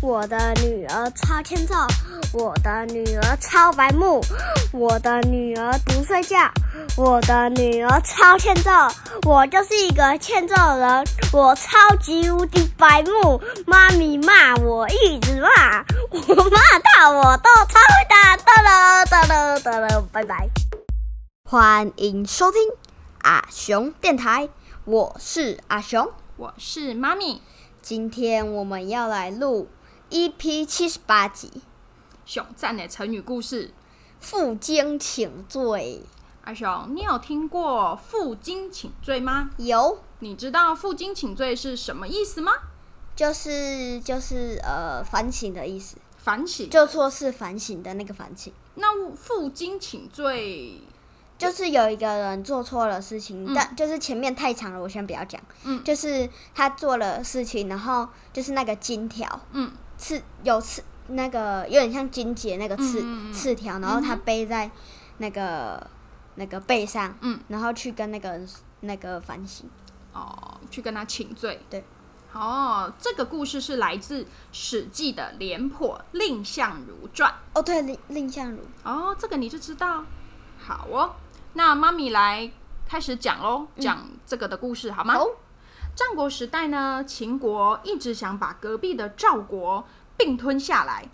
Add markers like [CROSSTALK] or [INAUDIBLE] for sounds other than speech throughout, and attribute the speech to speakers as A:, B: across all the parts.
A: 我的女儿超欠揍，我的女儿超白目，我的女儿不睡觉，我的女儿超欠揍，我就是一个欠揍人，我超级无敌白目，妈咪骂我一直骂，我骂到我都超会打，哒了哒了哒了，拜拜。
B: 欢迎收听阿雄电台，我是阿雄。
C: 我是妈咪
B: 今天我们要来录 EP 七十八集
C: 熊赞的成语故事。
B: 《负荆请罪
C: 阿雄，你有听过“负荆请罪”吗？》，
B: 有
C: 你知道“负荆请罪”是什么意思吗？
B: 就是就是呃反省的意思，
C: 反省。
B: 就错是反省的那个反省，
C: 那“负荆请罪
B: 就是有一个人做错了事情，
C: 嗯
B: 但就是前面太长了，我先不要讲。
C: 嗯
B: 就是他做了事情，然后就是那个金条，
C: 嗯，
B: 刺有刺那个有点像金结那个刺、
C: 嗯嗯嗯
B: 刺条，然后他背在那个、那个背上，
C: 嗯，
B: 然后去跟那个人那个反省，”
C: 哦，去跟他请罪。
B: 对。
C: 哦，这个故事是来自《史记》的《廉颇蔺相如传》。
B: 哦，对，蔺蔺相如，
C: 哦，这个你就知道。好哦，那妈咪来开始讲喽，讲这个的故事好吗？
B: 好
C: 战国时代呢，秦国一直想把隔壁的赵国并吞下来。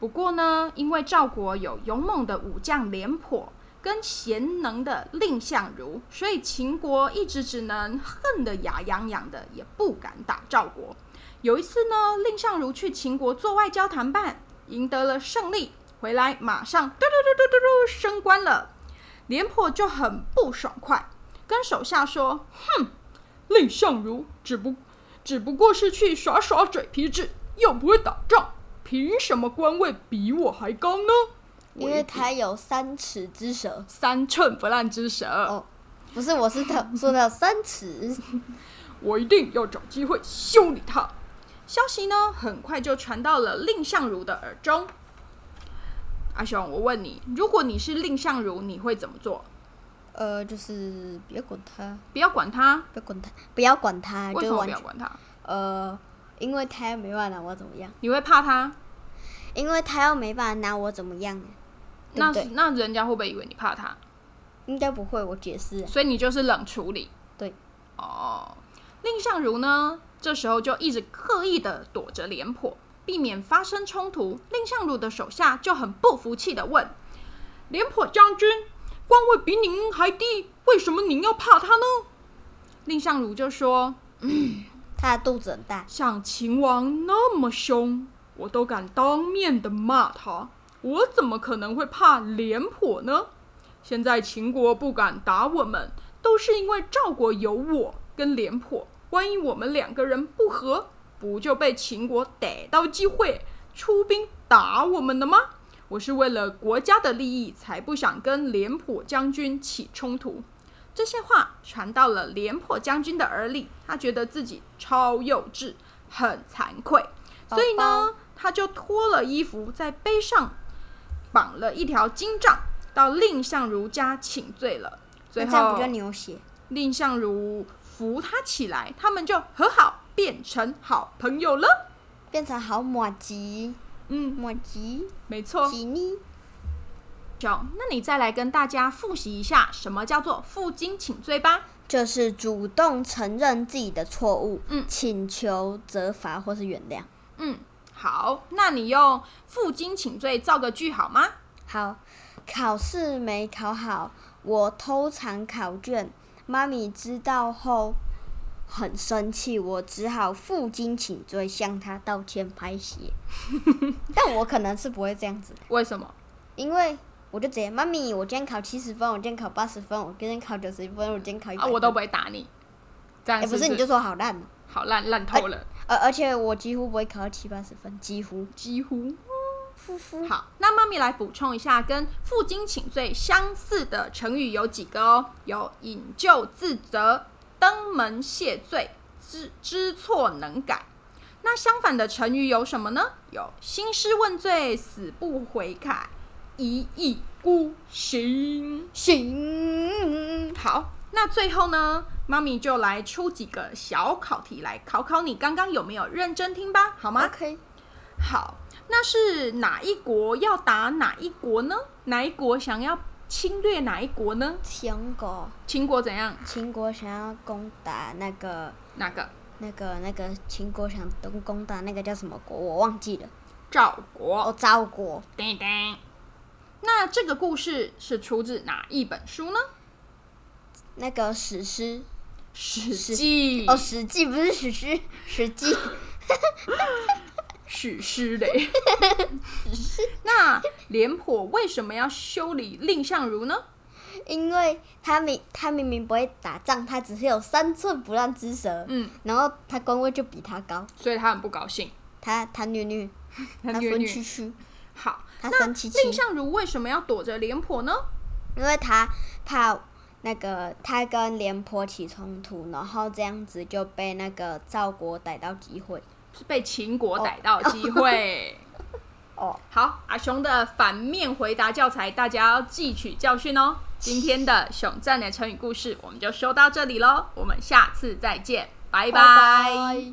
C: 不过呢，因为赵国有勇猛的武将廉颇跟贤能的蔺相如，所以秦国一直只能恨得牙痒痒的，也不敢打赵国。有一次呢，蔺相如去秦国做外交谈判，赢得了胜利，回来马上嘟嘟嘟嘟嘟嘟升官了。廉颇就很不爽快，跟手下说：“哼，蔺相如只不只不过是去耍耍嘴皮子，又不会打仗，凭什么官位比我还高呢？
B: 因为他有三尺之舌，
C: 三寸不烂之舌，
B: 哦，不是，我
C: [LAUGHS]
B: 是他说的三尺，
C: 我一定要找机会修理他。”消息呢，很快就传到了蔺相如的耳中。阿雄，我问你，如果你是蔺相如，你会怎么做？
B: 呃，就是不要管他，
C: 不要管他，
B: 不要管他，不要管他，哎
C: 为
B: 就
C: 什
B: 是
C: 么
B: 完
C: 不要
B: 全
C: 管他？
B: 呃，因为他没办法拿我怎么样，
C: 你会怕他？
B: 因为他要没办法拿我怎么样，对
C: 那
B: 不对？
C: 那人家会不会以为你怕他？
B: 应该不会，我解释。
C: 所以你就是冷处理。
B: 对。
C: 哦，蔺相如呢，这时候就一直刻意的躲着廉颇，避免发生冲突。蔺相如的手下就很不服气的问：“廉颇将军，官位比您还低，为什么您要怕他呢？”蔺相如就说
B: 他的肚子很大：“，
C: 像秦王那么凶，我都敢当面的骂他，我怎么可能会怕廉颇呢？现在秦国不敢打我们，都是因为赵国有我跟廉颇。万一我们两个人不和，不就被秦国逮到机会出兵打我们了吗？我是为了国家的利益，才不想跟廉颇将军起冲突。这些话传到了廉颇将军的耳里，他觉得自己超幼稚，很惭愧，
B: 宝宝
C: 所以呢，他就脱了衣服，在背上绑了一条金杖，到蔺相如家请罪了。最
B: 那这样
C: 后
B: 不，就流血？
C: 蔺相如扶他起来，他们就和好，变成好朋友了。
B: 变成好马吉，
C: 嗯，
B: 马吉
C: 没错。
B: 吉尼。
C: 熊，那你再来跟大家复习一下什么叫做负荆请罪吧。
B: 就是主动承认自己的错误，
C: 嗯
B: 请求责罚或是原谅。
C: 嗯，好，那你用负荆请罪造个句好吗？
B: 好，考试没考好，我偷藏考卷，妈咪知道后很生气，我只好负荆请罪，向她道歉拍
C: [LAUGHS]
B: 鞋。但我可能是不会这样子，
C: 为什么？
B: 因为我就直接妈咪，我今天考七十分，我今天考八十分，我今天考九十分，我今天考一百、
C: 啊，我都不会打你，这样
B: 哎、
C: 是
B: 不
C: 是哎
B: 是你就说好烂哦，
C: 好烂烂透了，
B: 而而且我几乎不会考到七八十分，几乎。
C: 几乎。
B: 夫夫
C: 好，那妈咪来补充一下，跟负荆请罪相似的成语有几个哦？有引咎自责、登门谢罪、知知错能改。那相反的成语有什么呢？有兴师问罪、死不悔改、一意孤行。
B: 行，
C: 好，那最后呢，妈咪就来出几个小考题来考考你，刚刚有没有认真听吧？好吗？
B: ？OK，
C: 好，那是哪一国要打哪一国呢？哪一国想要侵略哪一国呢？
B: 秦国，
C: 秦国怎样？
B: 秦国想要攻打那个、
C: 哪个？
B: 那个、那个，秦国想攻攻打那个叫什么国？我忘记了。
C: 赵国。
B: 哦，赵国。
C: 叮叮。那这个故事是出自哪一本书呢？
B: 那个史诗
C: 《史记》
B: 哦，《史记》不是史诗，《史记》
C: 史诗嘞。那廉颇为什么要修理蔺相如呢？
B: 因为他明他明明不会打仗，他只是有三寸不烂之舌，
C: 嗯，
B: 然后他官位就比他高，
C: 所以他很不高兴，
B: 他他虐虐，
C: 他
B: 他
C: 虐
B: 分区
C: 虐。
B: 区，
C: 好，
B: 他
C: 那
B: 生气气
C: 蔺相如为什么要躲着廉颇呢？
B: 因为他怕那个他跟廉颇起冲突，然后这样子就被那个赵国逮到机会。
C: 是被秦国逮到机会。
B: 哦，
C: 好，阿雄的反面回答教材，大家要汲取教训哦。今天的熊赞的成语故事，我们就说到这里喽，我们下次再见，拜拜